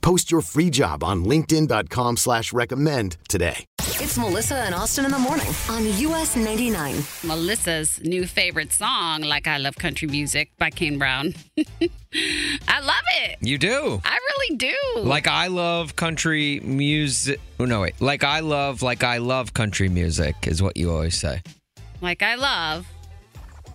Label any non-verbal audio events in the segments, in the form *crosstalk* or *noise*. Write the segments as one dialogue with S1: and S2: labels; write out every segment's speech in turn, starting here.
S1: Post your free job on LinkedIn.com slash recommend today.
S2: It's Melissa and Austin in the morning on US 99.
S3: Melissa's new favorite song, Like I Love Country Music by Kane Brown. *laughs* I love it.
S4: You do.
S3: I really do.
S4: Like I love country music. Oh, no, wait. Like I love, like I love country music is what you always say.
S3: Like I love,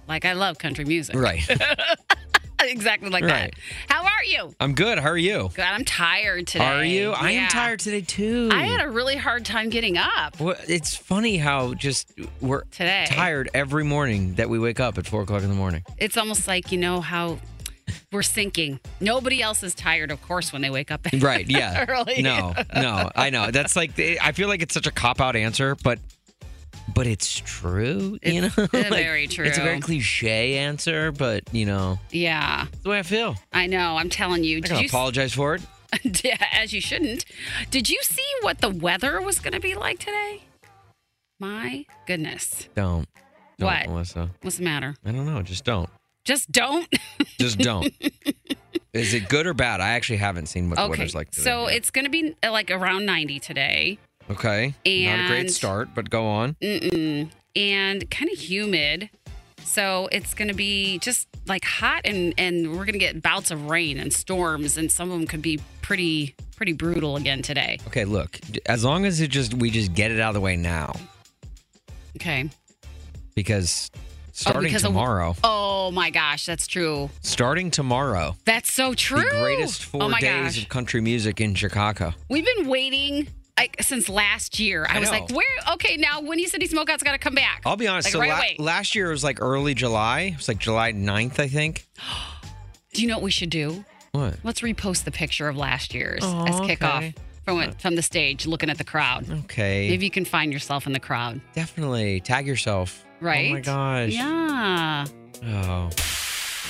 S3: like I love country music.
S4: Right.
S3: *laughs* exactly like
S4: Right.
S3: that. How are you?
S4: I'm good. How are you?
S3: God, I'm tired today.
S4: Are you? I
S3: Yeah.
S4: am tired today too.
S3: I had a really hard time getting up.
S4: Well, It's funny how just we're
S3: Today.
S4: tired every morning that we wake up at four o'clock in the
S3: *laughs*
S4: morning.
S3: It's almost like, you know, how we're sinking. Nobody else is tired, of course, when they wake up. *laughs*
S4: Right. Yeah.
S3: Early.
S4: No. No. I know. That's like eh, I feel like it's such a cop out answer, but but it's true. you know, *laughs*
S3: It's very true.
S4: It's a very cliche answer, but you know,
S3: Yeah.
S4: it's the way I feel.
S3: I know. I'm telling you.
S4: I
S3: Did
S4: can
S3: you
S4: apologize for it.
S3: *laughs* Yeah, as you shouldn't. Did you see what the weather was going to be like today? My goodness.
S4: Don't. Don't,
S3: What?
S4: Melissa.
S3: What's the matter?
S4: I don't know. Just
S3: *laughs*
S4: don't.
S3: Just don't.
S4: Just don't. Is it good or bad? I actually haven't seen what the
S3: okay.
S4: weather's like today.
S3: so
S4: yet.
S3: it's going to be uh, like around 90 today
S4: okay. Not a great
S3: and-
S4: start, but go on.
S3: Mm-mm. and kind of humid. So it's going to be just like hot and, and we're going to get bouts of rain and storms and some of them could be pretty, pretty brutal again today.
S4: Okay, look. d- As long as it just we just get it out of the way now,
S3: Okay. Oh,
S4: because starting
S3: because of-
S4: tomorrow,
S3: Oh my gosh. That's true.
S4: starting tomorrow,
S3: That's so true.
S4: the greatest four
S3: four oh my
S4: days
S3: gosh.
S4: of country music in Chicago.
S3: We've been waiting like since last year. I,
S4: I
S3: was
S4: know.
S3: like, where? Okay, now Winnie City Smokeout's got to come back.
S4: I'll be honest.
S3: Like
S4: so
S3: right
S4: la-
S3: away.
S4: last year it was like early July. It was like July 9th, I think.
S3: Do you know what we should do?
S4: What?
S3: Let's repost the picture of last year's
S4: Oh,
S3: as kickoff
S4: okay.
S3: from when- from the stage, looking at the crowd.
S4: Okay.
S3: Maybe you can find yourself in the crowd,
S4: Definitely tag yourself.
S3: right?
S4: Oh my gosh.
S3: Yeah.
S4: Oh.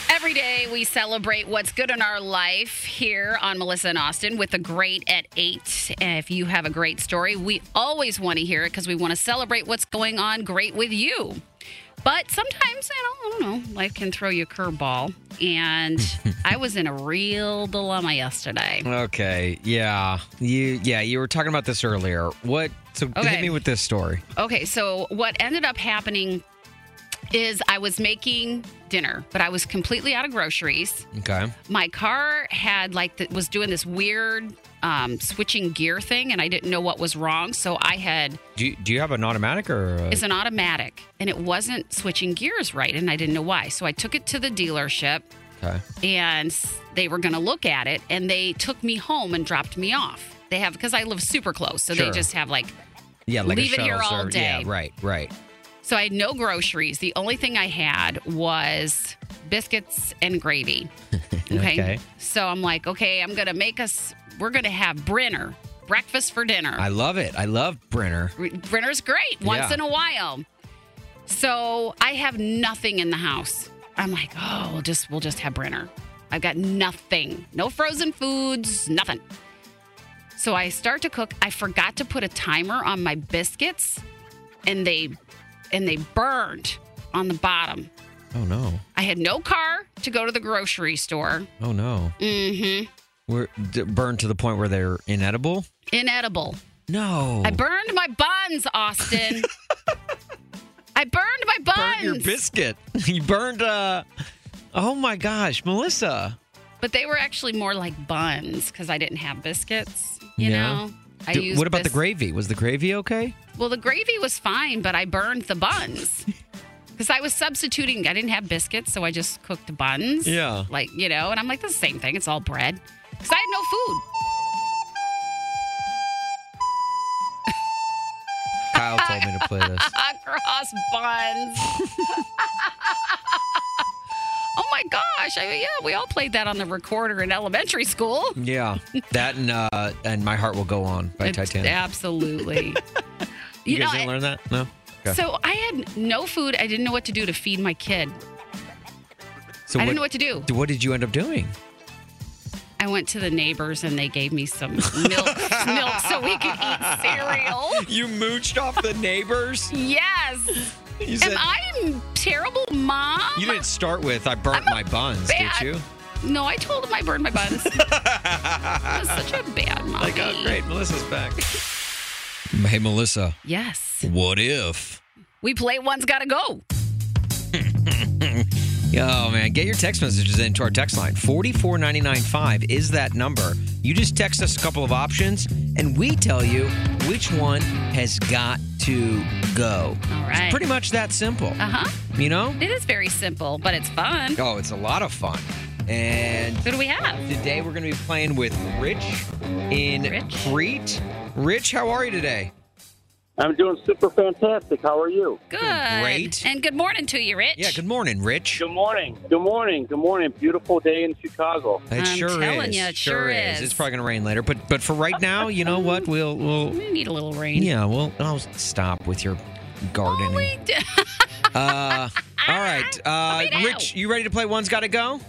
S3: Every day we celebrate what's good in our life here on Melissa and Austin with the Great at 8. And if you have a great story, we always want to hear it because we want to celebrate what's going on great with you. But sometimes, I don't, I don't know, life can throw you a curveball. And I was in a real dilemma yesterday.
S4: Okay. Yeah. You yeah, you were talking about this earlier. What so
S3: Okay.
S4: hit me with this story.
S3: Okay, so what ended up happening is I was making dinner, but I was completely out of groceries.
S4: Okay.
S3: my car had like the, was doing this weird um, switching gear thing and i didn't know what was wrong so i had
S4: Do you, do you have an automatic or uh, a,
S3: it's an automatic and it wasn't switching gears right and i didn't know why so i took it to the dealership
S4: Okay.
S3: and s- they were going to look at it and they took me home and dropped me off they have because i live super close so they
S4: Sure.
S3: just have like
S4: Yeah, like
S3: Leave
S4: a
S3: it here
S4: shuttle
S3: all
S4: serv- Yeah,
S3: day.
S4: right, right.
S3: so i had no groceries the only thing i had was biscuits and gravy *laughs* Okay.
S4: Okay.
S3: So I'm like, okay, I'm going to make us, we're going to have Brenner, breakfast for dinner.
S4: I love it. I love Brenner.
S3: R- Brenner's great once
S4: Yeah.
S3: in a while. So I have nothing in the house. I'm like, oh, we'll just, we'll just have Brenner. I've got nothing, no frozen foods, nothing. So I start to cook. I forgot to put a timer on my biscuits and they, and they burned on the bottom.
S4: Oh no.
S3: I had no car to go to the grocery store.
S4: Oh no.
S3: Mm-hmm.
S4: We're d- burned to the point where they're inedible?
S3: Inedible.
S4: Oh. No.
S3: I burned my buns,
S4: *laughs*
S3: Austin. I burned my
S4: *laughs*
S3: buns.
S4: burned your biscuit. you burned uh Oh my gosh, Melissa.
S3: But they were actually more like buns because I didn't have biscuits. You
S4: Yeah.
S3: know, I
S4: Do-
S3: used
S4: what about
S3: bis-
S4: the gravy? Was the gravy okay?
S3: Well, the gravy was fine, but I burned
S4: *laughs*
S3: the buns because I was substituting. I didn't have biscuits, so I just cooked buns.
S4: Yeah.
S3: like you know, and I'm like, "This is the same thing. It's all bread. Because I had no food.
S4: Kyle told me to play
S3: *laughs*
S4: this.
S3: Across buns. *laughs* oh my gosh! I mean, yeah, we all played that on the recorder in elementary school.
S4: *laughs* Yeah, that and uh, and my heart will go on by
S3: It's-
S4: Titanic. *laughs*
S3: Absolutely.
S4: you, guys
S3: know,
S4: didn't
S3: I-
S4: learn that? No. Okay.
S3: So I had no food. I didn't know what to do to feed my kid.
S4: So
S3: I didn't know what to do.
S4: What did you end up doing?
S3: I went to the neighbors and they gave me some milk,
S4: *laughs*
S3: milk so we could eat cereal.
S4: You mooched off the neighbors.
S3: Yes.
S4: *laughs* You
S3: Am I a terrible mom?
S4: you didn't start with "I burnt my buns,"
S3: bad-
S4: did you?
S3: No, I told him I burned my
S4: *laughs*
S3: buns. I was such a bad mom.
S4: Like, oh, great, Melissa's back. Hey, Melissa.
S3: Yes.
S4: What if?
S3: We play One's Gotta Go.
S4: *laughs* Oh man, get your text messages into our text line. 44995 is that number. You just text us a couple of options and we tell you which one has got to go.
S3: All right.
S4: Pretty much that simple.
S3: uh huh.
S4: You know?
S3: It is very simple, but it's fun.
S4: Oh, it's a lot of fun. And
S3: Who do we have?
S4: today we're going to be playing with Rich in
S3: Rich?
S4: Crete. Rich, how are you today?
S5: I'm doing super fantastic. How are you?
S3: Good.
S4: Great.
S3: And good morning to you, Rich.
S4: Yeah, good morning, Rich.
S5: Good morning. Good morning. Good morning. Beautiful day in Chicago.
S4: It
S3: I'm
S4: sure
S3: telling
S4: is.
S3: you, it sure is.
S4: It's probably going to rain later, but but for right now, you know what? We'll we'll
S3: We need a little rain.
S4: Yeah, well, I'll stop with your gardening.
S3: We do.
S4: uh, all
S3: *laughs*
S4: right, uh,
S3: Let me know.
S4: Rich, you ready to play? One's got to go.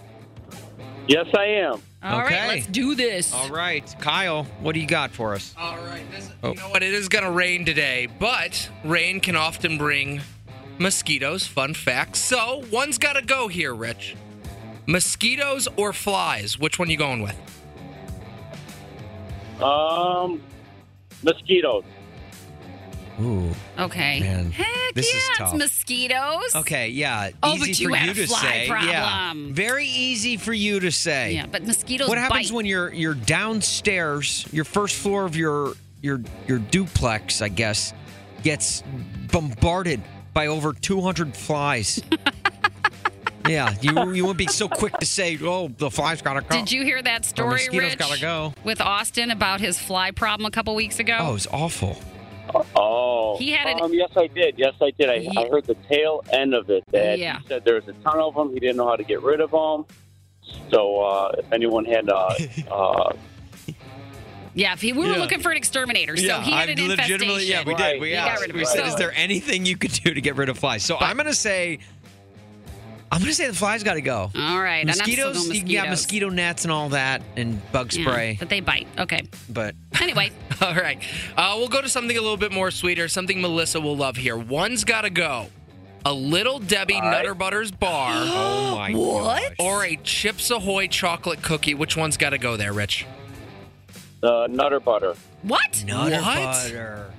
S5: Yes, I am.
S3: All right,
S4: Okay.
S3: let's do this.
S4: All right, Kyle, what do you got for us?
S6: All right. This,
S4: Oh.
S6: You know what? It is going to rain today, but rain can often bring mosquitoes. Fun fact. So one's got to go here, Rich. Mosquitoes or flies? Which one you going with?
S5: Um, mosquitoes.
S4: Ooh.
S3: *laughs* Okay.
S4: Man,
S3: Heck
S4: this is
S3: yeah,
S4: tough.
S3: it's mosquitoes.
S4: Okay, yeah.
S3: Oh,
S4: easy
S3: but
S4: for
S3: you had a
S4: to
S3: fly
S4: say. Yeah,
S3: problem.
S4: very easy for you to say.
S3: Yeah, but mosquitoes
S4: what happens
S3: bite.
S4: when you're you're downstairs, your first floor of your your your duplex, I guess, gets bombarded by over 200
S3: *laughs*
S4: flies. yeah, you you wouldn't be so quick to say, "Oh, the flies gotta go."
S3: Did you hear that story,
S4: Oh, mosquitoes
S3: Rich?
S4: gotta go.
S3: With Austin about his fly problem a couple weeks ago.
S4: Oh, it's awful.
S5: Oh.
S3: He had an-
S5: um, yes, I did. Yes, I did. I,
S3: Ye-
S5: I heard the tail end of it. That
S3: Yeah.
S5: He said there was a ton of them. He didn't know how to get rid of them. So uh, if anyone
S4: *laughs*
S5: had uh, uh,
S3: yeah, if he, we were
S4: Yeah.
S3: looking for an exterminator, so he had an infestation.
S4: Yeah, we
S5: Right.
S4: did. We
S5: He
S3: got
S4: asked.
S3: rid of
S4: We
S3: it.
S4: said, "Is there anything you could do to get rid of flies?" So I'm gonna say, I'm gonna say the flies gotta go.
S3: All right, and I'm still
S4: mosquitoes,
S3: going
S4: you got mosquito
S3: mosquitoes.
S4: nets and all that, and bug
S3: Yeah,
S4: spray,
S3: but they bite. Okay.
S4: but.
S3: Anyway, *laughs*
S6: *laughs* All right. Uh, we'll go to something a little bit more sweeter, something Melissa will love here. One's got to go. A little Debbie Nutter Butters bar
S4: *gasps* Oh my what?
S6: or a Chips Ahoy chocolate cookie. Which one's got to go there, Rich?
S5: uh, nutter butter.
S3: what?
S4: Nutter
S6: What?
S4: butter.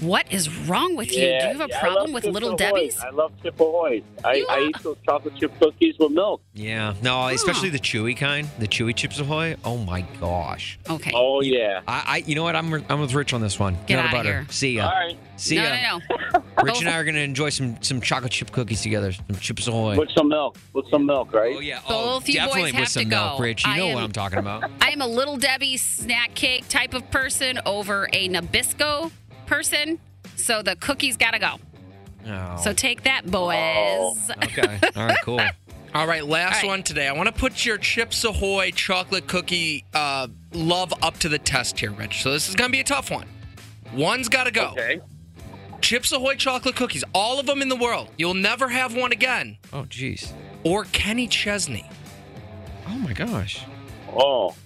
S3: What is wrong with you? Do you have a
S5: yeah, I
S3: problem
S5: love
S3: with
S5: Chips
S3: little
S5: Ahoy.
S3: Debbie's?
S5: I love Chip Ahoy's. I,
S3: You
S5: I
S3: are-
S5: eat those chocolate chip cookies with milk.
S4: Yeah. No, especially the chewy kind, the chewy chips ahoy. Oh my gosh.
S3: Okay.
S5: Oh, yeah.
S4: I, I you know what? I'm I'm with Rich on this one.
S3: Get
S4: Nutter
S3: outta
S4: butter.
S3: here.
S4: See ya.
S5: All right.
S4: See
S3: no,
S4: ya.
S3: no, no.
S4: Rich and I
S3: *laughs*
S4: are gonna enjoy some some chocolate chip cookies together. Some chips ahoy.
S5: With some milk. With some milk, right?
S4: Oh yeah.
S3: Both
S4: oh,
S3: you boys
S4: definitely with
S3: have to
S4: some milk,
S3: go.
S4: Rich. You
S3: I
S4: know
S3: am-
S4: what I'm talking about.
S3: *laughs* I am a little Debbie snack cake type of person over a Nabisco person, so the cookies gotta go.
S4: Oh.
S3: So take that, boys.
S5: Oh.
S4: *laughs* okay. All right. Cool.
S6: Oh. *laughs* All right, last
S3: All right.
S6: one today. I want to put your Chips Ahoy chocolate cookie uh, love up to the test here, Rich. So this is going to be a tough one. One's got to go.
S5: Okay.
S6: Chips Ahoy chocolate cookies, all of them in the world. You'll never have one again.
S4: Oh jeez.
S6: Or Kenny Chesney.
S4: Oh my gosh.
S5: Oh.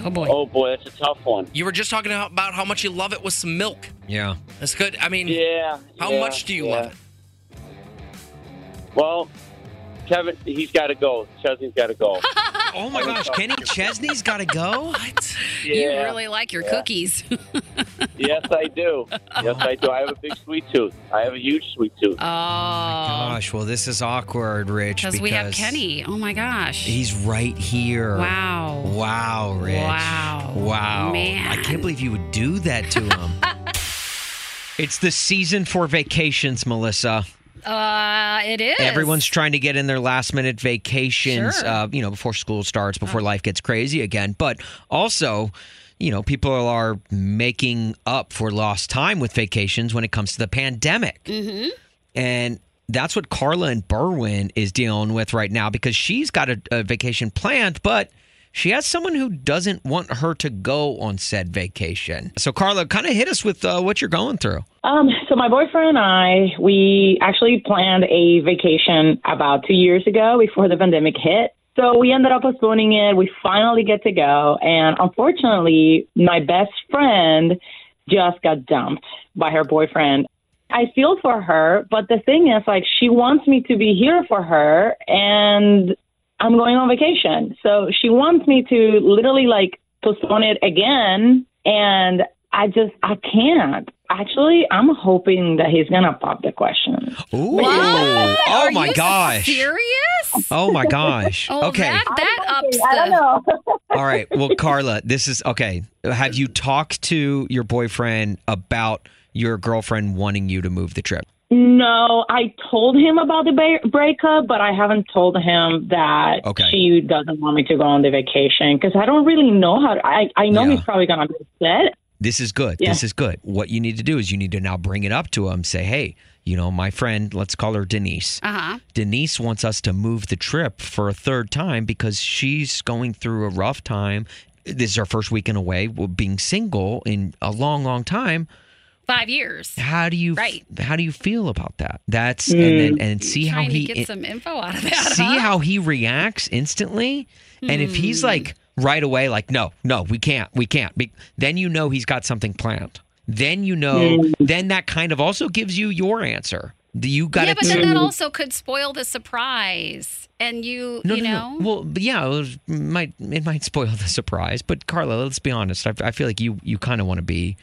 S3: Oh boy.
S5: Oh boy, that's a tough one.
S6: You were just talking about how much you love it with some milk.
S4: Yeah.
S6: That's good. I mean,
S5: Yeah.
S6: how
S5: yeah,
S6: much do you
S5: yeah.
S6: love it?
S5: Well, Kevin, he's got to go. Chesney's got to go.
S4: Oh my gosh, Kenny Chesney's got to go.
S3: You
S5: Yeah.
S3: really like your cookies. *laughs*
S5: yes, I do. Yes, I do. I have a big sweet tooth. I have a huge sweet tooth.
S3: oh,
S4: Gosh, well this is awkward, Rich.
S3: because we have Kenny. Oh my gosh.
S4: He's right here.
S3: wow.
S4: Wow, Rich.
S3: Wow.
S4: Wow.
S3: Man.
S4: I can't believe you would do that
S3: *laughs*
S4: to him. it's the season for vacations, Melissa.
S3: Uh, it is.
S4: Everyone's trying to get in their last minute vacations,
S3: Sure. Oh.
S4: uh, you know, before school starts, before life gets crazy again. But also, you know, people are making up for lost time with vacations when it comes to the pandemic. Mm-hmm. And that's what Carla and Berwin is dealing with right now because she's got a, a vacation planned, but she has someone who doesn't want her to go on said vacation. So, Carla, kind of hit us with uh, what you're going through.
S7: Um, so my boyfriend and I, we actually planned a vacation about two years ago before the pandemic hit. So we ended up postponing it. We finally get to go, and unfortunately, my best friend just got dumped by her boyfriend. I feel for her, but the thing is, like, she wants me to be here for her, and I'm going on vacation. So she wants me to literally like postpone it again. And I just, I can't. Actually, I'm hoping that he's going to pop the question.
S4: Ooh.
S3: What?
S4: Oh,
S3: Are
S4: my
S3: you
S4: gosh.
S3: Serious?
S4: Oh my gosh.
S3: Oh,
S4: okay.
S3: That, that ups the.
S7: I don't know.
S4: All right. Well, Carla, this is okay. Have you talked to your boyfriend about your girlfriend wanting you to move the trip?
S7: no, I told him about the ba- breakup, but I haven't told him that
S4: Okay.
S7: she doesn't want me to go on the vacation because I don't really know how. I, I know
S4: Yeah.
S7: he's probably going to be upset.
S4: This is good. This is good. What you need to do is you need to now bring it up to him. Say, hey, you know, my friend, let's call her Denise.
S3: Uh huh.
S4: Denise wants us to move the trip for a third time because she's going through a rough time. This is her first weekend away, well, being single in a long, long time.
S3: Five years.
S4: How do you
S3: Right.
S4: how do you feel about that? That's and then and see how
S3: Mm. Trying
S4: he
S3: to get some info out of that.
S4: see
S3: huh?
S4: how he reacts instantly and if
S3: Hmm.
S4: he's like right away like no no we can't we can't be- then you know he's got something planned then you know then that kind of also gives you your answer Do you got
S3: yeah,
S4: to
S3: but then that also could spoil the surprise, and you,
S4: no,
S3: you
S4: no,
S3: know,
S4: no. Well, but yeah, it was- might it might spoil the surprise. But Carla, let's be honest. I, I feel like you you kind of want to be,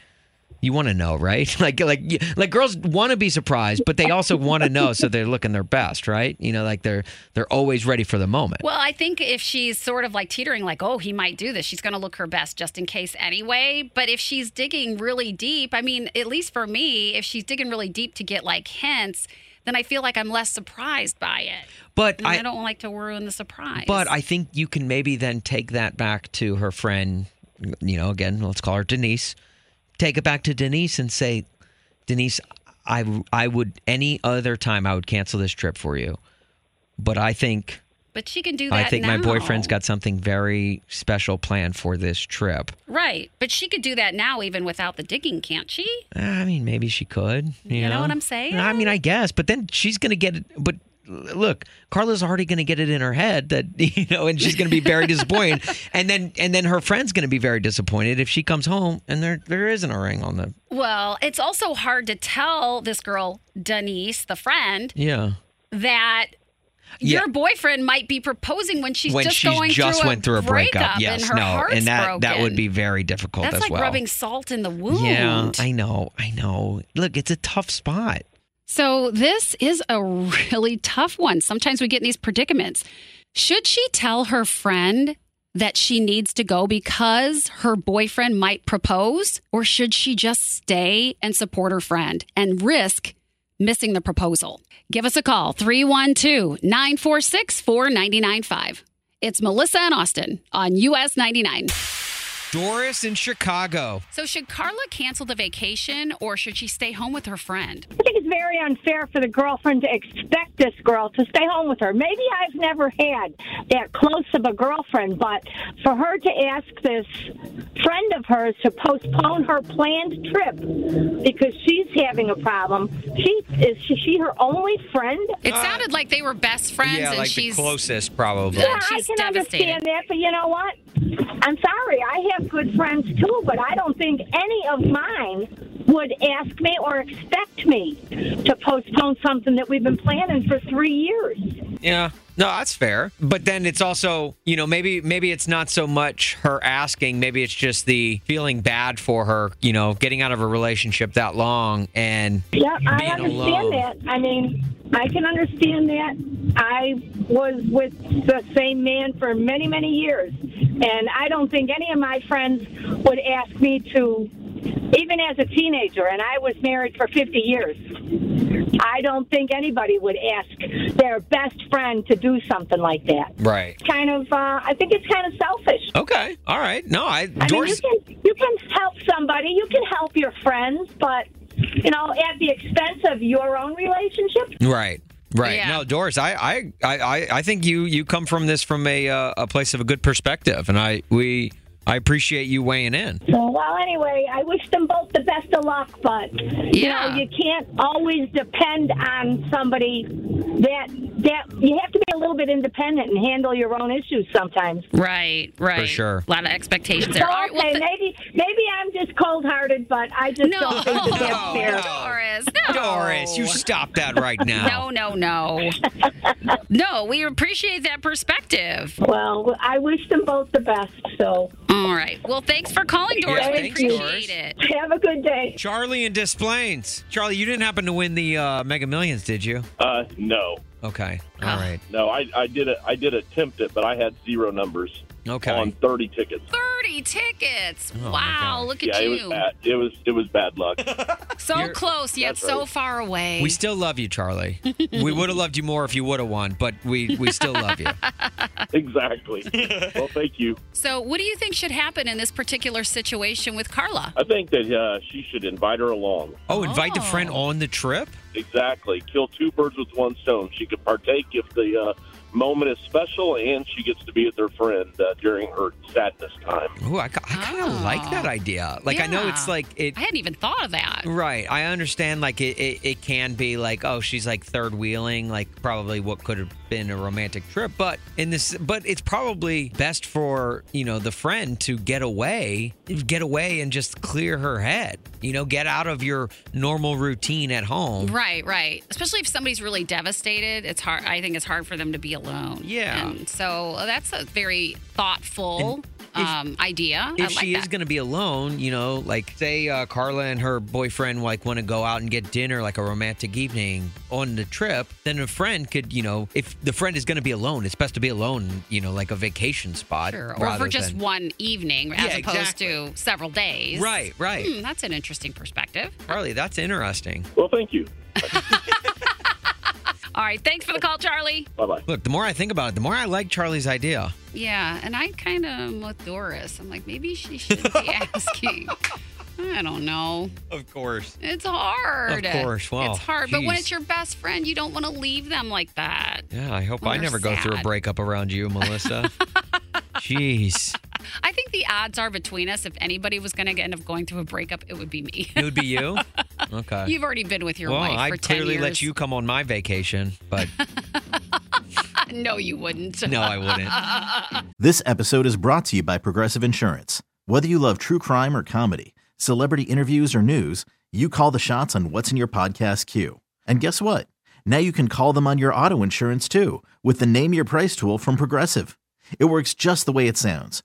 S4: you want to know, right? *laughs* Like like like girls want to be surprised, but they also want to know, so they're looking their best, right? You know, like they're they're always ready for the moment.
S3: Well, I think if she's sort of like teetering, like, oh, he might do this, she's going to look her best just in case anyway. But if she's digging really deep, I mean, at least for me, if she's digging really deep to get like hints, then I feel like I'm less surprised by it.
S4: But
S3: And I, don't like to ruin the surprise.
S4: But I think you can maybe then take that back to her friend, you know, again, let's call her Denise. Take it back to Denise and say, Denise, I, I would, any other time, I would cancel this trip for you. But I think,
S3: but she can do
S4: I
S3: that.
S4: think my
S3: now.
S4: boyfriend's got something very special planned for this trip.
S3: right. But she could do that now, even without the digging, can't she?
S4: Eh, I mean, maybe she could. You,
S3: You know what I'm saying?
S4: I mean, I guess, but then she's gonna get it. But look, Carla's already gonna get it in her head that *laughs* you know, and she's gonna be
S3: *laughs*
S4: very disappointed. and then, and then her friend's gonna be very disappointed if she comes home and there there isn't a ring on the.
S3: Well, it's also hard to tell this girl, Denise, the friend,
S4: Yeah,
S3: that
S4: Yeah.
S3: your boyfriend might be proposing when she's
S4: when
S3: just
S4: she's
S3: going
S4: just
S3: through
S4: went through a breakup. Yes,
S3: and her
S4: no,
S3: heart's
S4: and that that
S3: broken.
S4: would be very difficult
S3: that's
S4: as
S3: like
S4: well.
S3: rubbing salt in the wound.
S4: yeah, I know, I know. Look, it's a tough spot.
S3: so this is a really tough one. Sometimes we get in these predicaments. Should she tell her friend that she needs to go because her boyfriend might propose, or should she just stay and support her friend and risk? Missing the proposal. Give us a call, 312 946 4995. It's Melissa and Austin on US 99.
S4: Doris in Chicago.
S3: So, should Carla cancel the vacation or should she stay home with her friend?
S8: I think *laughs* it's very unfair for the girlfriend to expect this girl to stay home with her. Maybe I've never had that close of a girlfriend, but for her to ask this friend of hers to postpone her planned trip because she's having a problem, she is she, she her only friend?
S3: It sounded like they were best friends and she's
S4: closest, probably.
S3: Yeah.
S8: I
S3: she's
S8: can
S3: devastated.
S8: understand that, but you know what? I'm sorry. I have good friends too, but I don't think any of mine would ask me or expect me to postpone something that we've been planning for three years.
S4: Yeah. No, that's fair. But then it's also, you know, maybe maybe it's not so much her asking, maybe it's just the feeling bad for her, you know, getting out of a relationship that long and
S8: Yeah, I
S4: being
S8: understand
S4: alone.
S8: that. I mean, I can understand that. I was with the same man for many, many years, and I don't think any of my friends would ask me to, even as a teenager, and I was married for 50 years. I don't think anybody would ask their best friend to do something like that.
S4: Right.
S8: It's kind of, uh, I think it's kind of selfish.
S4: Okay. All right. No, I,
S8: I mean, you
S4: Doris
S8: can you can help somebody, you can help your friends, but you know, at the expense of your own relationship.
S4: Right. Right. No, Doris, I, I, I, I- I think you, you come from this from a, uh, a place of a good perspective, and I, we, I appreciate you weighing in.
S8: So, well, anyway, I wish them both the best of luck, but
S3: Yeah.
S8: you know, you can't always depend on somebody that that you have to be a little bit independent and handle your own issues sometimes.
S3: Right, right.
S4: For sure.
S3: A lot of expectations
S8: So,
S3: there. All right, well,
S8: okay,
S3: th-
S8: maybe maybe I'm just cold-hearted, but I just
S3: *laughs* no,
S8: don't think that that's fair.
S3: Doris, no.
S4: Doris,
S8: Oh.
S4: you stop that right now.
S3: No, no, no. no, we appreciate that perspective.
S8: Well, I wish them both the best. So,
S3: All right. Well, thanks for calling, Doris.
S4: Yeah,
S3: we
S4: thanks,
S3: appreciate
S4: Doris.
S3: it.
S8: have a good day.
S4: Charlie in Des Plaines. Charlie, you didn't happen to win the uh, Mega Millions, did you?
S5: Uh, no,
S4: Okay.
S3: Ah.
S4: All right.
S5: no, I, I did a, I did attempt it, but I had zero numbers
S4: Okay.
S5: on thirty tickets.
S3: 30 tickets.
S4: Oh, my
S3: wow,
S4: God.
S3: look at
S5: Yeah, it
S3: you.
S5: was bad. It was it was bad
S3: *laughs*
S5: luck.
S3: So
S4: You're-
S3: close, yet
S5: That's
S3: so
S5: right.
S3: far away.
S4: We still love you, Charlie. we would have loved you more if you would have won, but we, we still love
S8: *laughs*
S4: you.
S5: exactly. Well, thank you.
S3: so, what do you think should happen in this particular situation with Carla?
S5: I think that uh, she should invite her along.
S4: Oh, invite the friend
S3: Oh.
S4: on the trip?
S5: Exactly. Kill two birds with one stone. She could partake if the uh, moment is special, and she gets to be with her friend uh, during her sadness time.
S4: Ooh, I, ki- *laughs* I kind of
S3: Oh.
S4: like that idea. Like, I know
S3: Yeah.
S4: it's like it,
S3: I hadn't even thought of that.
S4: Right. I understand, like, it, it, it can be like, oh, she's like third wheeling, like, probably what could have been a romantic trip. But in this, but it's probably best for, you know, the friend to get away, get away and just clear her head, you know, get out of your normal routine at home.
S3: Right, right. Especially if somebody's really devastated, it's hard. I think it's hard for them to be alone.
S4: Yeah.
S3: And so uh, that's a very thoughtful
S4: if-
S3: um, idea. I
S4: If
S3: like
S4: she
S3: that.
S4: is going to be alone, you know, like say uh, Carla and her boyfriend like want to go out and get dinner, like a romantic evening on the trip, then a friend could, you know, if the friend is going to be alone, it's best to be alone, you know, like a vacation spot,
S3: Sure. Or for
S4: rather
S3: just
S4: than-
S3: one evening as
S4: Yeah,
S3: opposed
S4: exactly.
S3: to several days.
S4: Right, right.
S3: Hmm, that's an interesting perspective.
S4: Carly, that's interesting.
S5: Well, thank you.
S3: All right. Thanks for the call, Charlie.
S5: Bye bye.
S4: Look, the more I think about it, the more I like Charlie's idea.
S3: Yeah. And I kind of am with Doris. I'm like, maybe she
S4: *laughs*
S3: should be asking. I don't know.
S4: Of course.
S3: It's hard.
S4: Of course. Wow.
S3: It's hard. But when
S4: Jeez.
S3: it's your best friend, you don't want to leave them like that.
S4: Yeah, I hope
S3: Well,
S4: I
S3: they're
S4: never go through a
S3: sad.
S4: breakup around you,
S3: *laughs*
S4: Melissa. Jeez.
S3: I think the odds are between us. If anybody was going to end up going through a breakup, it would be me.
S4: It would be you? Okay.
S3: *laughs* You've already been with your
S4: well,
S3: wife for
S4: I'd
S3: 10
S4: clearly
S3: years.
S4: let you come on my vacation, but
S3: *laughs* no, you wouldn't.
S4: no, I wouldn't.
S9: This episode is brought to you by Progressive Insurance. Whether you love true crime or comedy, celebrity interviews or news, you call the shots on what's in your podcast queue. And guess what? Now you can call them on your auto insurance too with the Name Your Price tool from Progressive. It works just the way it sounds.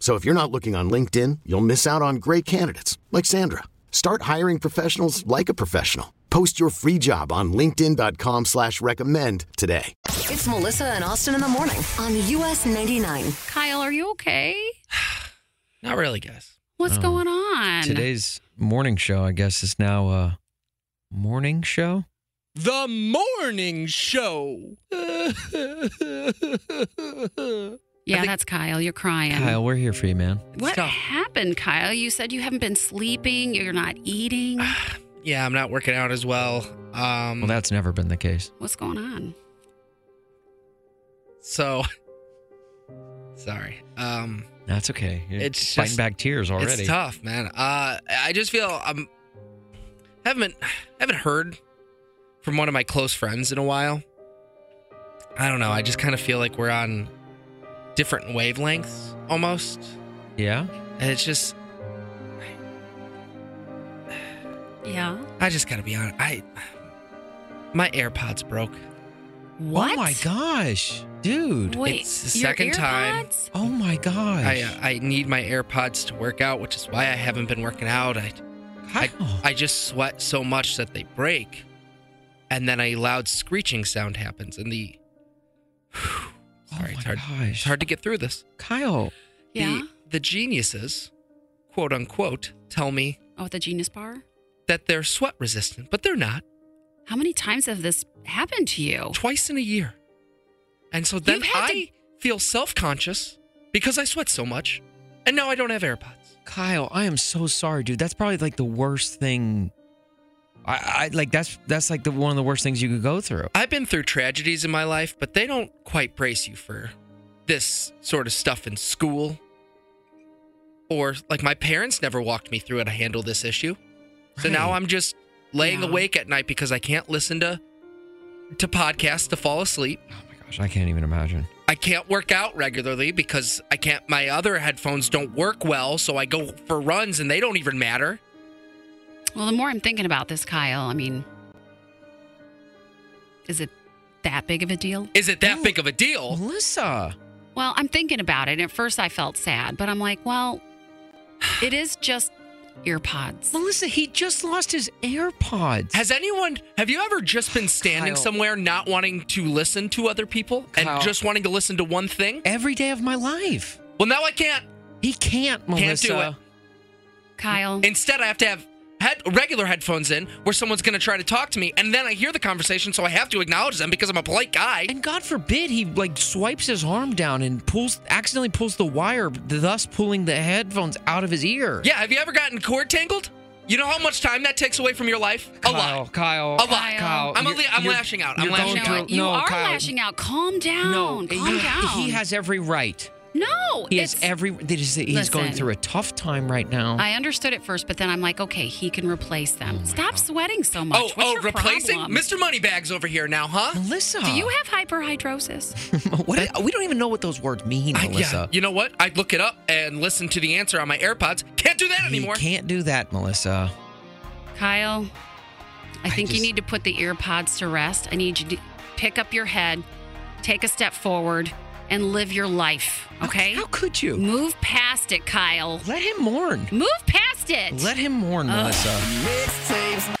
S1: So if you're not looking on LinkedIn, you'll miss out on great candidates like Sandra. Start hiring professionals like a professional. Post your free job on linkedin.com slash recommend today.
S2: It's Melissa and Austin in the morning on US 99.
S3: Kyle, are you okay?
S6: Not really, guys.
S3: What's
S4: Oh.
S3: going on?
S4: Today's morning show, I guess, is now a morning show.
S6: The morning show.
S3: *laughs* yeah, that's Kyle. You're crying.
S4: Kyle, we're here for you, man.
S3: what happened, Kyle? You said you haven't been sleeping. You're not
S4: *sighs*
S3: eating.
S6: *laughs* Yeah, I'm not working out as well. Um,
S4: Well, that's never been the case.
S3: What's going on?
S6: so *laughs* sorry. Um,
S4: That's okay. You're
S6: It's
S4: fighting
S6: just-
S4: back tears already.
S6: It's tough, man. Uh, I just feel I'm haven't haven't heard from one of my close friends in a while. I don't know. I just kind of feel like we're on different wavelengths almost,
S4: Yeah.
S6: and it's just
S3: Yeah.
S6: I just gotta be honest. I my AirPods broke.
S3: What?
S4: Oh my gosh, dude.
S3: Wait,
S6: it's the
S3: your
S6: second time.
S3: AirPods?
S4: Oh my gosh.
S6: I uh, I need my AirPods to work out, which is why I haven't been working out. I I,
S4: Kyle.
S6: I just sweat so much that they break, and then a loud screeching sound happens, and the *sighs*
S4: oh
S6: sorry,
S4: my
S6: it's hard,
S4: gosh.
S6: it's hard to get through this.
S4: Kyle.
S3: Yeah.
S6: The, the geniuses, quote unquote, tell me
S3: Oh, at the Genius Bar?
S6: that they're sweat resistant, but they're not.
S3: How many times have this happened to you?
S6: Twice in a year, and so then
S3: You've had
S6: I
S3: to-
S6: feel self conscious because I sweat so much, and now I don't have AirPods.
S4: Kyle, I am so sorry, dude. That's probably like the worst thing. I, I like that's that's like the one of the worst things you could go through.
S6: I've been through tragedies in my life, but they don't quite brace you for this sort of stuff in school. Or, like, my parents never walked me through how to handle this issue. So now
S4: Right.
S6: I'm just laying
S3: Yeah.
S6: awake at night because I can't listen to to podcasts to fall asleep.
S4: Oh my gosh, I can't even imagine.
S6: I can't work out regularly because I can't my other headphones don't work well, so I go for runs and they don't even matter.
S3: Well, the more I'm thinking about this, Kyle, I mean, is it that big of a deal?
S6: Is it that big of a deal?
S4: Melissa.
S3: Well, I'm thinking about it. And at first, I felt sad, but I'm like, well, *sighs* it is just earpods.
S4: Melissa, he just lost his AirPods.
S6: Has anyone, have you ever just been standing
S4: Kyle.
S6: somewhere not wanting to listen to other people
S4: Kyle.
S6: and just wanting to listen to one thing?
S4: every day of my life.
S6: Well, now I can't.
S4: He can't, Melissa.
S6: do
S3: Kyle,
S6: Instead, I have to have head, regular headphones in where someone's going to try to talk to me, and then I hear the conversation, so I have to acknowledge them because I'm a polite guy.
S4: And God forbid he like swipes his arm down and pulls accidentally pulls the wire, thus pulling the headphones out of his ear.
S6: yeah, have you ever gotten cord tangled? You know how much time that takes away from your life?
S4: Kyle,
S6: a lot.
S4: Kyle,
S6: A lot.
S4: Kyle,
S6: I'm a
S4: you're-
S6: li- I'm
S4: you're-
S6: lashing out. I'm
S4: you're
S3: you,
S6: lashing
S3: know
S4: going
S6: out.
S3: what?
S4: through-
S3: You
S4: no,
S3: are
S4: Kyle.
S3: lashing out. Calm down.
S4: No,
S3: Calm
S4: he,
S3: down.
S4: he has every right.
S3: no.
S4: He has
S3: it's-
S4: every. That is, he's going
S3: Listen.
S4: through a tough time right now.
S3: I understood at first, but then I'm like, okay, he can replace
S4: Oh
S3: them. Stop sweating so much.
S6: Oh,
S3: What's
S6: oh,
S3: your
S6: replacing
S3: problem?
S6: Mr. Moneybags over here now, huh?
S4: Melissa,
S3: Do you have
S4: *laughs*
S3: hyperhidrosis?
S4: what? We don't even know what those words mean,
S6: I-
S4: Melissa.
S6: You know what? I'd look it up and listen to the answer on my AirPods. Can't do that
S4: He
S6: anymore.
S4: can't do that, Melissa.
S3: Kyle, I
S4: I
S3: think you
S4: just-
S3: need to put the ear pods to rest. I need you to pick up your head, take a step forward, and live your life. Okay?
S4: How could you?
S3: Move past it, Kyle.
S4: Let him mourn.
S3: Move past it.
S4: Let him uh. mourn,
S3: Ugh.
S4: Melissa.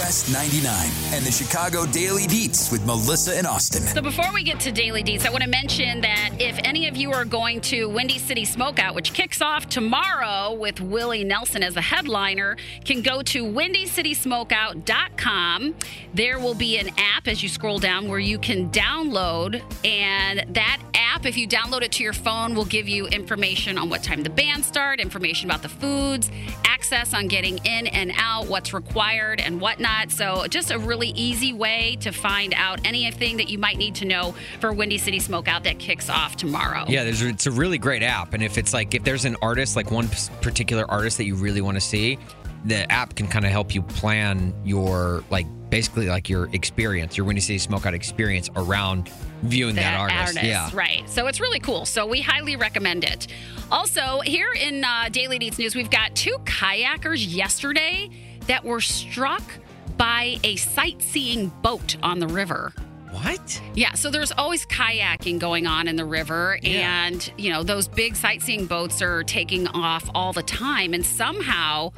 S10: US 99 and the Chicago Daily Beats with Melissa and Austin.
S3: So before we get to Daily Deeds, I want to mention that if any of you are going to Windy City Smokeout, which kicks off tomorrow with Willie Nelson as the headliner, can go to windysmokesmokeout.com. There will be an app as you scroll down where you can download, and that app, if you download it to your phone, will give you information on what time the band start, information about the foods, access on getting in and out, what's required and whatnot. So, just a really easy way to find out anything that you might need to know for Windy City Smokeout that kicks off tomorrow.
S4: Yeah, there's, it's a really great app, and if it's like if there's an artist, like one p- particular artist that you really want to see, the app can kind of help you plan your like basically like your experience, your Windy City Smokeout experience around viewing that, artist. Yeah.
S3: right. So it's really cool. So we highly recommend it. Also, here in uh, Daily Needs News, we've got two kayakers yesterday that were struck buy a sightseeing boat on the river.
S4: What?
S3: Yeah, so there's always kayaking going on in the river, and you know those big sightseeing boats are taking off all the time, and somehow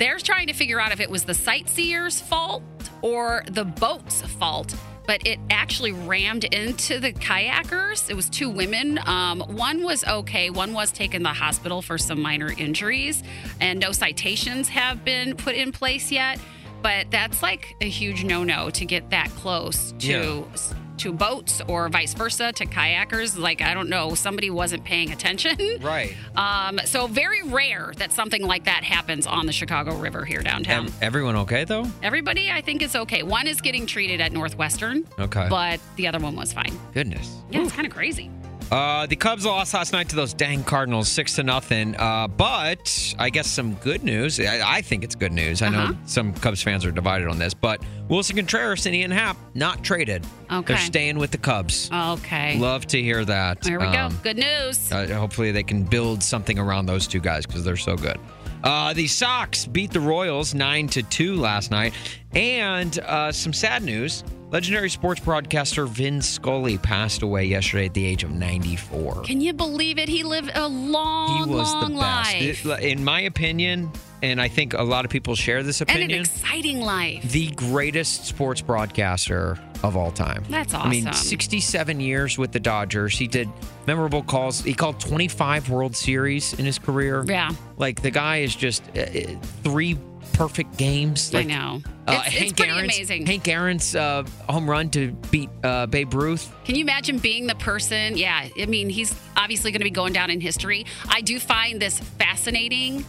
S3: they're trying to figure out if it was the sightseers' fault or the boat's fault. But it actually rammed into the kayakers. It was two women. Um, one was okay. One was taken to the hospital for some minor injuries, and no citations have been put in place yet. But that's like a huge no-no to get that close to
S4: Yeah.
S3: to boats or vice versa to kayakers. Like, I don't know, somebody wasn't paying attention.
S4: *laughs* Right.
S3: Um, so, very rare that something like that happens on the Chicago River here downtown.
S4: Em- everyone okay though?
S3: Everybody, I think, is okay. One is getting treated at Northwestern.
S4: Okay.
S3: But the other one was fine.
S4: Goodness.
S3: Yeah, it's kind of crazy.
S4: Uh, the Cubs lost last night to those dang Cardinals, six to nothing. Uh, but I guess some good news. I, I think it's good news. I
S3: Uh-huh.
S4: know some Cubs fans are divided on this, but Wilson Contreras and Ian Happ not traded.
S3: Okay.
S4: they're staying with the Cubs.
S3: Okay.
S4: Love to hear that.
S3: There we go.
S4: Um,
S3: Good news.
S4: uh, hopefully, they can build something around those two guys because they're so good. Uh, the Sox beat the Royals nine to two last night, and uh, some sad news. Legendary sports broadcaster Vin Scully passed away yesterday at the age of 94.
S3: Can you believe it? He lived a long,
S4: he was
S3: long
S4: the best.
S3: life.
S4: It- in my opinion, and I think a lot of people share this
S3: and an
S4: opinion,
S3: exciting life.
S4: the greatest sports broadcaster of all time.
S3: That's
S4: I mean,
S3: awesome.
S4: 67 years with the Dodgers. He did memorable calls. He called 25 World Series in his career.
S3: Yeah.
S4: Like the guy is just uh, uh, three perfect games.
S3: I
S4: Like,
S3: know.
S4: Uh,
S3: It's- it's
S4: Hank
S3: pretty
S4: Aaron's,
S3: amazing.
S4: Hank Aaron's uh, home run to beat uh, Babe Ruth.
S3: Can you imagine being the person? Yeah, I mean, he's obviously going to be going down in history. I do find this fascinating.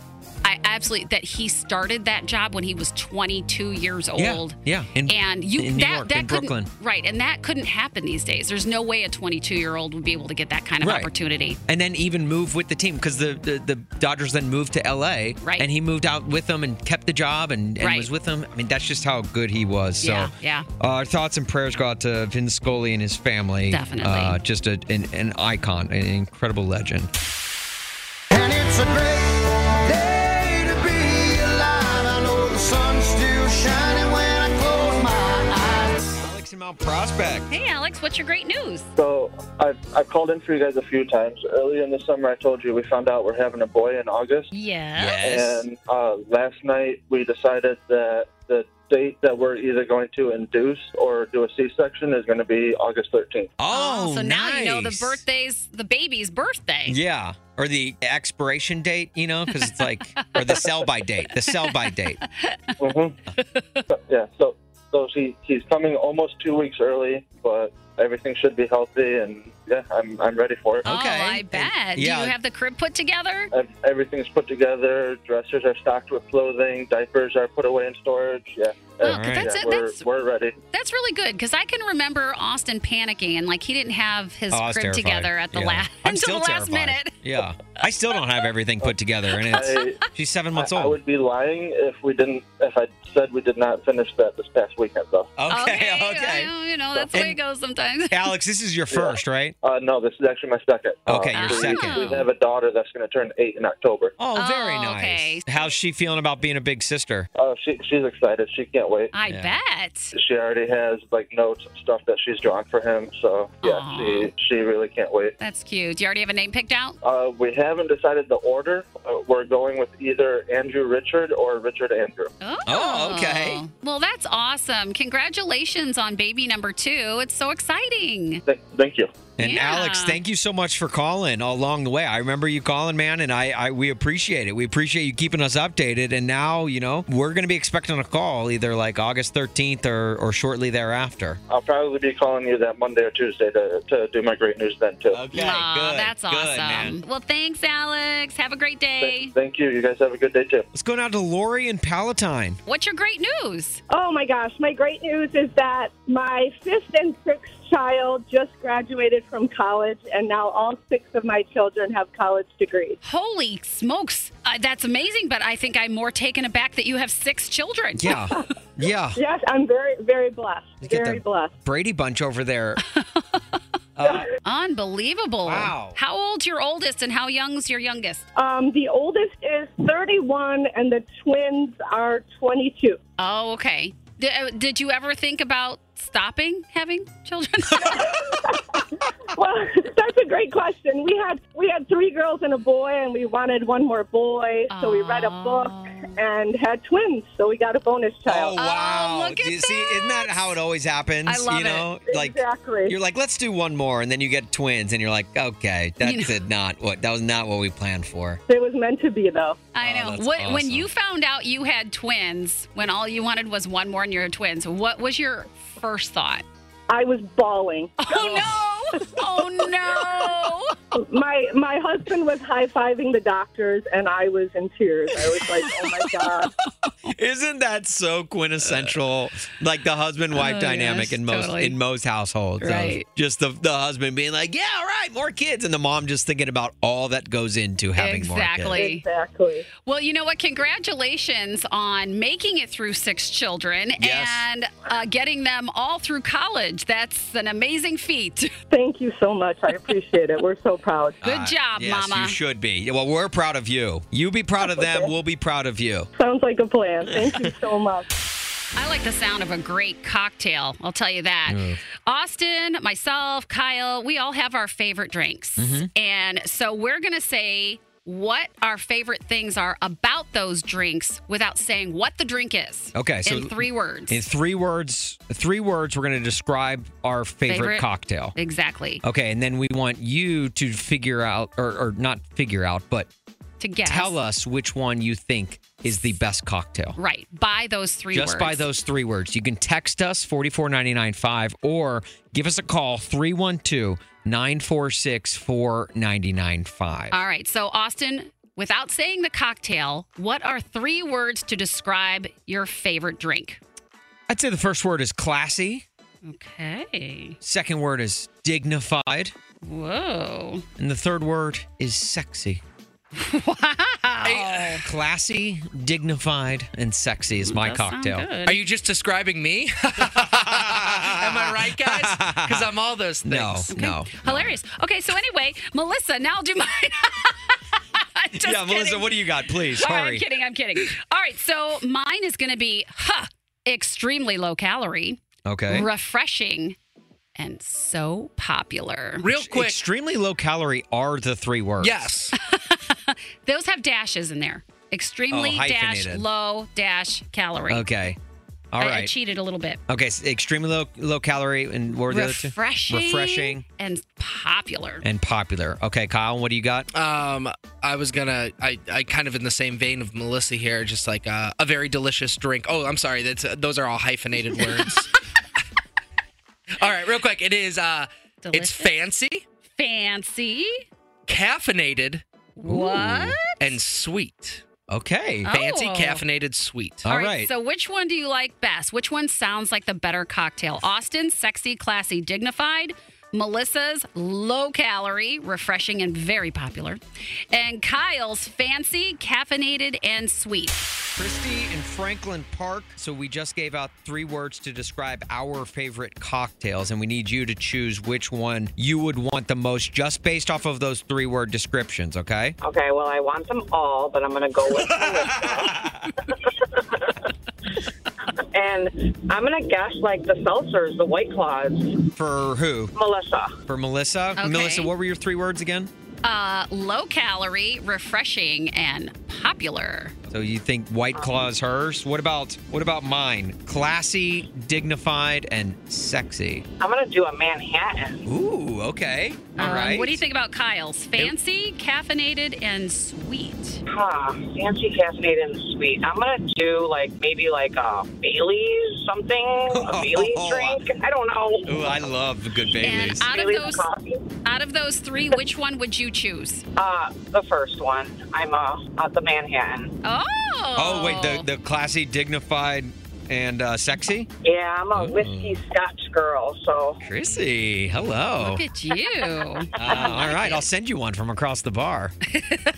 S3: I absolutely that he started that job when he was 22 years
S4: Yeah,
S3: old.
S4: yeah, in-
S3: and you
S4: in New
S3: that
S4: York,
S3: that
S4: in
S3: couldn't-
S4: Brooklyn.
S3: right, and that couldn't happen these days. There's no way a 22 year old would be able to get that kind of
S4: Right.
S3: opportunity.
S4: and then even move with the team because the, the the Dodgers then moved to L.A.
S3: Right.
S4: and he moved out with them and kept the job and, and
S3: Right.
S4: was with them. I mean, that's just how good he was. So
S3: Yeah, yeah.
S4: Uh, our thoughts and prayers go out to Vin Scully and his family.
S3: Definitely.
S4: uh, just a, an, an icon, an incredible legend.
S11: And it's a great day to be alive. I know the sun's still shining when I close my eyes.
S4: Alex and Mount Prospect.
S3: Hey, Alex, what's your great news?
S12: So I've, I've called in for you guys a few times. Earlier in the summer, I told you we found out we're having a boy in August.
S3: Yes.
S12: And uh, last night we decided that the date that we're either going to induce or do a C-section is going to be August 13th.
S4: Oh,
S3: so now you know the
S4: nice.
S3: birthday's the baby's birthday.
S4: Yeah, or the expiration date, you know, because it's like, or the sell by date, the sell by date.
S12: Mm-hmm. yeah. So so he he's coming almost two weeks early, but everything should be healthy, and yeah, I'm I'm ready for it.
S3: Oh, I
S12: yeah.
S3: bet. Do you have the crib put together?
S12: Ev- Everything's put together. Dressers are stocked with clothing. Diapers are put away in storage. Yeah,
S4: Oh,
S3: Well,
S12: Uh,
S3: that's
S12: yeah,
S3: it,
S12: We're,
S3: that's-
S12: we're ready.
S3: That's really good because I can remember Austin panicking and like he didn't have his
S4: Oh, I was
S3: crib
S4: terrified.
S3: together at the
S4: Yeah.
S3: last
S4: I'm
S3: until
S4: still
S3: *laughs* the last
S4: terrified.
S3: minute.
S4: Yeah, I still don't have everything put together, and it's *laughs* she's seven months
S12: I
S4: old.
S12: would be lying if we didn't if I said we did not finish that this past weekend though.
S4: *laughs* Okay, okay.
S3: well, you know that's the way it goes sometimes.
S4: Oh, *laughs* Alex, this is your first, right?
S12: Uh, no, this is actually my second.
S4: Okay,
S12: uh,
S4: your
S12: we-
S4: second.
S12: We have a daughter that's going to turn eight in October.
S4: Oh, very
S3: Oh,
S4: nice.
S3: okay.
S4: How's she feeling about being a big sister?
S12: Oh, she, she's excited. She can't wait.
S3: I bet.
S12: She already has like notes and stuff that she's drawn for him. So yeah, she she really can't wait.
S3: That's cute. Do you already have a name picked out?
S12: Uh, we haven't decided the order. Uh, we're going with either Andrew Richard or Richard Andrew.
S3: Oh,
S12: Oh, okay.
S3: Well, that's awesome. Congratulations on baby number two. It's so exciting.
S12: Thank, thank you.
S4: And
S3: Yeah.
S4: Alex, thank you so much for calling along the way. I remember you calling, man, and I, I we appreciate it. We appreciate you keeping us updated. And now, you know, we're going to be expecting a call either like August 13th or, or shortly thereafter.
S12: I'll probably be calling you that Monday or Tuesday to, to do my great news then too. Okay.
S3: Aw, that's awesome. Well, thanks, Alex. Have a great day.
S12: Thank you. You guys have a good day too.
S4: Let's go now to Lori and Palatine.
S3: What's your great news?
S8: Oh my gosh, my great news is that my fifth and sixth child just graduated from college, and now all six of my children have college degrees.
S3: Holy smokes. Uh, that's amazing, but I think I'm more taken aback that you have six children. *laughs*
S4: Yeah. Yeah.
S8: Yes, I'm very, very blessed.
S4: get
S8: Very
S4: the-
S8: blessed.
S4: Brady Bunch over there.
S3: Unbelievable.
S8: Wow.
S3: How old's your oldest and how young's your youngest?
S8: Um, the oldest is 31, and the twins are 22.
S3: Oh, okay. Did, uh, did you ever think about stopping having
S4: *laughs*
S3: children? *laughs*
S8: well, *laughs* that's a great question. We had we had three girls and a boy, and we wanted one more boy, so we read a book and had twins, so we got a bonus
S4: Oh,
S8: child.
S4: wow. you see, isn't that how it always happens?
S8: I love
S4: you know,
S8: it.
S4: like
S8: Exactly.
S4: you're like, let's do one more, and then you get twins, and you're like, okay, that's it, not what that was not what we planned for.
S8: It was meant to be, though.
S3: I know.
S4: that's
S3: what, When
S4: awesome.
S3: you found out you had twins, when all you wanted was one more and you're twins, what was your first thought?
S8: I was bawling.
S3: *laughs* Oh no! Oh
S8: no!
S7: my
S8: *laughs* my husband was high fiving the doctors, and I was in tears. I was like, "Oh
S3: *laughs*
S8: my god!"
S4: Isn't that so quintessential? Like the husband wife
S6: Oh,
S4: dynamic
S6: yes,
S4: in most
S6: totally.
S4: in most households. of
S6: Right.
S4: Just the the husband being like, Yeah, all right, more kids and the mom just thinking about all that goes into having more kids.
S3: Exactly.
S8: Exactly.
S3: Well, you know what? Congratulations on making it through six children
S4: Yes.
S3: and uh, getting them all through college. That's an amazing feat. *laughs*
S8: Thank you so much. I appreciate it. We're so proud.
S3: Good
S4: uh,
S3: job,
S4: yes,
S3: Mama.
S4: You should be. Well, we're proud of you. You be proud of them, we'll be proud of you.
S8: Sounds like a plan. Thank you so much.
S3: I like the sound of a great cocktail. I'll tell you that. Austin, myself, Kyle, we all have our favorite drinks.
S4: Mm-hmm.
S13: Mhm.
S3: And so we're going to say what our favorite things are about those drinks without saying what the drink is.
S4: Okay, so
S3: in three words.
S4: In three words, three words we're gonna describe our favorite, cocktail. Uh,
S3: Exactly.
S4: Okay, and then we want you to figure out or, or not figure out, but
S3: To guess.
S4: tell uh, us which one you think is the best cocktail.
S3: Right. By those three
S4: Just
S3: words.
S4: by those three words. You can text us 44995 or give us a call 312 946 4995.
S3: All right. So, Austin, without saying the cocktail, what are three words to describe your favorite drink?
S4: I'd say the first word is classy,
S3: Okay.
S4: second word is dignified,
S3: Whoa.
S4: and the third word is
S3: *laughs*
S4: sexy. Wow. Classy, dignified, and sexy is my cocktail. *laughs*
S6: Are you just describing me? *laughs* Am I right, guys? Because I'm all those
S4: No,
S6: things.
S4: no.
S3: Hilarious. Okay. So, anyway, Melissa, now do mine. *laughs* Just
S4: yeah, Melissa,
S3: kidding.
S4: what do you got? Please,
S3: All right,
S4: hurry.
S3: I'm kidding. I'm kidding. All right. So, mine is going to be, huh, extremely low calorie,
S4: Okay.
S3: refreshing, and so popular.
S4: Real quick. Extremely low calorie are the three words. Yes.
S3: *laughs* Those have dashes in there. Extremely
S4: Oh,
S3: dash
S4: hyphenated.
S3: low dash calorie.
S4: Okay. All
S3: I-
S4: right.
S3: I, cheated a little bit.
S4: Okay, so extremely low low calorie and what were the
S3: Refreshing,
S4: other two? Refreshing
S3: and popular.
S4: and popular. Okay, Kyle, what do you got?
S6: Um, I was gonna, I, I kind of in the same vein of Melissa here, just like uh, a very delicious drink. Oh, I'm sorry, that's uh, those are all hyphenated
S3: *laughs*
S6: words. all right, real quick, it is. Uh,
S3: Delicious?
S6: it's fancy,
S3: Fancy.
S6: caffeinated,
S3: What?
S6: and sweet.
S4: Okay,
S6: fancy,
S3: Oh.
S6: caffeinated, sweet.
S3: All right, So, which one do you like best? Which one sounds like the better cocktail? Austin, sexy, classy, dignified. Melissa's low calorie, refreshing, and very popular. And Kyle's fancy, caffeinated, and sweet.
S4: Christy in Franklin Park. So we just gave out three words to describe our favorite cocktails, and we need you to choose which one you would want the most, just based off of those three word descriptions. Okay.
S7: Okay, well, I want them all, but I'm going to go with
S4: *laughs*
S7: And I'm going to guess like the seltzers, the white claws.
S4: For who?
S7: Melissa.
S4: For Melissa.
S3: Okay.
S4: Melissa, what were your three words again?
S3: Uh, low calorie, refreshing, and popular.
S4: So you think White Claw's hers? What about what about mine? Classy, dignified, and sexy.
S7: I'm going to do a Manhattan.
S4: Ooh, okay. All right.
S3: Um, What do you think about Kyle's? Fancy, caffeinated, and sweet.
S7: Huh, fancy caffeinated and sweet. I'm going to do like maybe like a Bailey's something,
S4: *laughs*
S7: a Bailey's drink. I don't know.
S4: Ooh, I love the good
S3: And
S4: Baileys.
S3: out of
S7: Bailey's
S3: those, out of those three, which one would you choose?
S7: Uh, the first one. I'm uh, uh, the Manhattan.
S3: Oh.
S4: Oh wait, the the classy, dignified, and uh, sexy.
S7: Yeah, I'm a whiskey scotch girl, so.
S4: Chrissy, hello.
S3: Look at you.
S4: *laughs* Uh, all right, I'll send you one from across the
S3: *laughs*
S4: bar.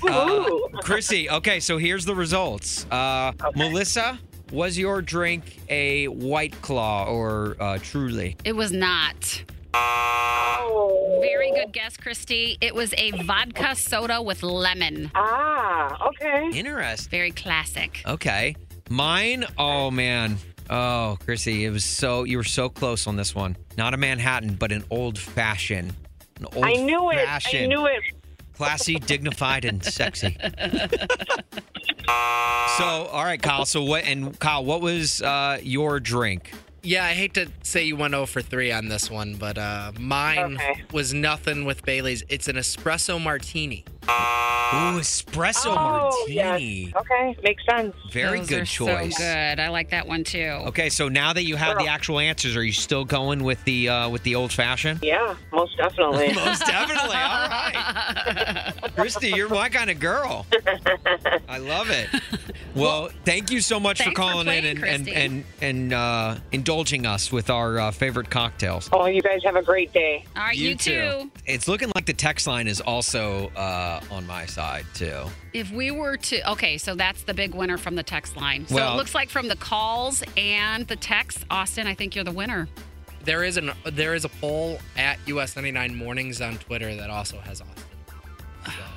S4: Uh, Chrissy, okay, so here's the results. Uh, Melissa, was your drink a White Claw or uh, Truly?
S3: It was not. Very good guess, Christy. It was a vodka soda with lemon.
S7: Ah, okay.
S4: Interesting.
S3: Very classic.
S4: Okay. Mine, oh man. Oh, Chrissy, it was so you were so close on this one. Not a Manhattan, but an old fashioned. An old
S8: I knew it. I
S4: fashioned.
S8: knew it.
S4: Classy, dignified, and sexy. So, all right, Kyle. So what? And Kyle, what was uh, your drink?
S6: Yeah, I hate to say you went 0 for 3 on this one, but uh, mine was nothing with Bailey's. It's an espresso martini.
S4: Ooh, espresso
S6: Oh,
S4: martini.
S8: Okay, makes sense.
S4: Very
S3: Those
S4: good
S3: are
S4: choice.
S3: So good. I like that one too.
S4: Okay, so now that you have the actual answers, are you still going with the uh, with the old fashioned?
S8: *laughs* Yeah, most
S4: *laughs*
S8: definitely.
S4: most definitely. All right, Christy, you're my kind of girl. I love it. Well, thank you so much for
S8: thanks for
S4: calling
S8: playing,
S4: in and and
S8: Christy.
S4: and, and uh, indulging us with our uh, favorite cocktails.
S8: Oh, you guys have a great day.
S3: All right, you, too.
S4: It's looking like the text line is also uh, on my side too.
S3: If we were to, okay, so that's the big winner from the text line. So
S4: Well-
S3: it looks like from the calls and the text, Austin, I think you're the winner.
S6: There is an there is a poll at US 99 Mornings on Twitter that also has Austin.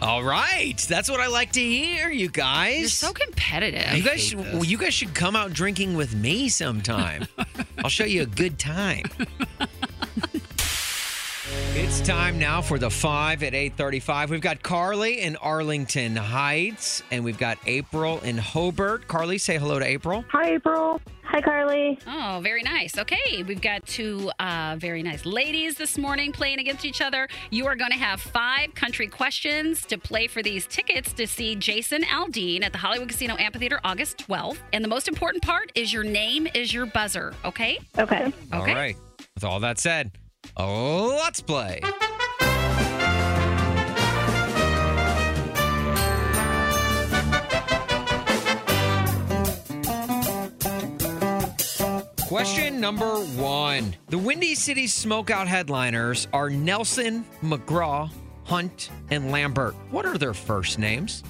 S4: All right, that's what I like to hear, you guys. You're so
S3: competitive.
S4: You
S6: I
S4: guys,
S6: hate
S4: should,
S6: this.
S4: well, you guys should come out drinking with me sometime. I'll show you a good time. it's time now for the five at eight thirty-five. We've got Carly in Arlington Heights, and we've got April in Hobart. Carly, say hello to April.
S8: Hi, April. Hi, Carly.
S3: Oh, very nice. Okay, we've got two uh, very nice ladies this morning playing against each other. You are going to have five country questions to play for these tickets to see Jason Aldean at the Hollywood Casino Amphitheater August 12th. And the most important part is your name is your buzzer, okay?
S8: Okay.
S4: All right. With all that said, oh, let's play. Question number one. The Windy City Smokeout headliners are Nelson, McGraw, Hunt, and Lambert. What are their first names?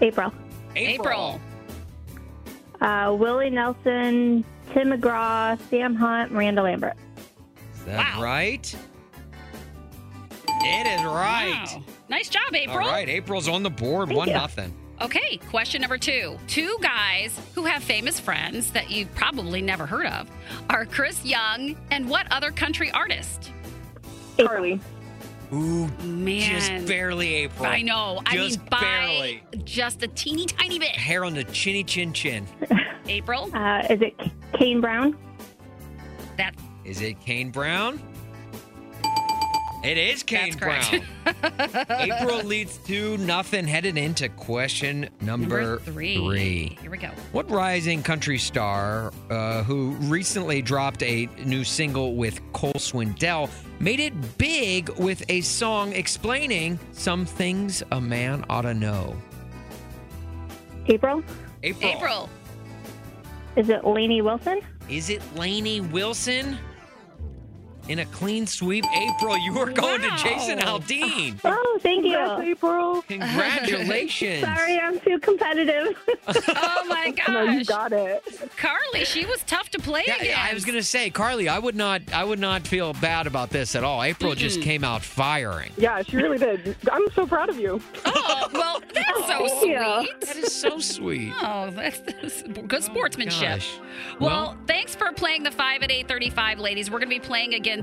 S13: April.
S3: April.
S13: Uh, Willie Nelson, Tim McGraw, Sam Hunt, Miranda Lambert.
S4: Is that right? It is right.
S3: Wow. Nice job, April.
S4: All right, April's on the board,
S3: Thank
S4: one
S3: you.
S4: nothing.
S3: Okay, question number two. Two guys who have famous friends that you've probably never heard of are Chris Young and what other country artist?
S13: Carly.
S4: Ooh,
S3: Man.
S4: just barely April.
S3: I know. I mean,
S4: Just
S3: by
S4: barely.
S3: just a teeny
S4: *laughs*
S3: tiny bit.
S4: Hair on the chinny chin chin.
S3: April?
S13: Uh, is it C- Kane Brown?
S3: That's
S4: Is it Kane Brown? It is Kane
S3: That's
S4: Brown.
S3: *laughs*
S4: Uh, April leads two nothing headed into question number,
S3: number three.
S4: three.
S3: Here we go.
S4: What rising country star uh, who recently dropped a new single with Cole Swindell made it big with a song explaining some things a man ought to know?
S13: April?
S4: April.
S3: April.
S13: Is it Lainey Wilson?
S4: Is it Lainey Wilson? In a clean sweep, April, you are going
S13: Wow.
S4: to Jason Aldean.
S13: Oh, thank you.
S4: Congrats,
S13: April.
S4: Congratulations.
S13: *laughs* Sorry, I'm too competitive.
S3: *laughs* Oh my
S13: *laughs*
S3: gosh.
S13: No, you got it.
S3: Carly, she was tough to play
S4: Yeah,
S3: against.
S4: I was gonna say, Carly, I would not, I would not feel bad about this at all. April just
S3: Mm-mm.
S4: came out firing.
S14: Yeah, she really did. I'm so proud of you.
S3: Oh, well, that's so
S14: Thank
S3: sweet.
S13: Oh,
S14: you.
S4: That is so sweet. Oh,
S3: Oh, that's, that's good sportsmanship.
S4: gosh.
S3: Well,
S4: Well-
S3: thanks for playing the 5 at 835, ladies. We're going to be playing again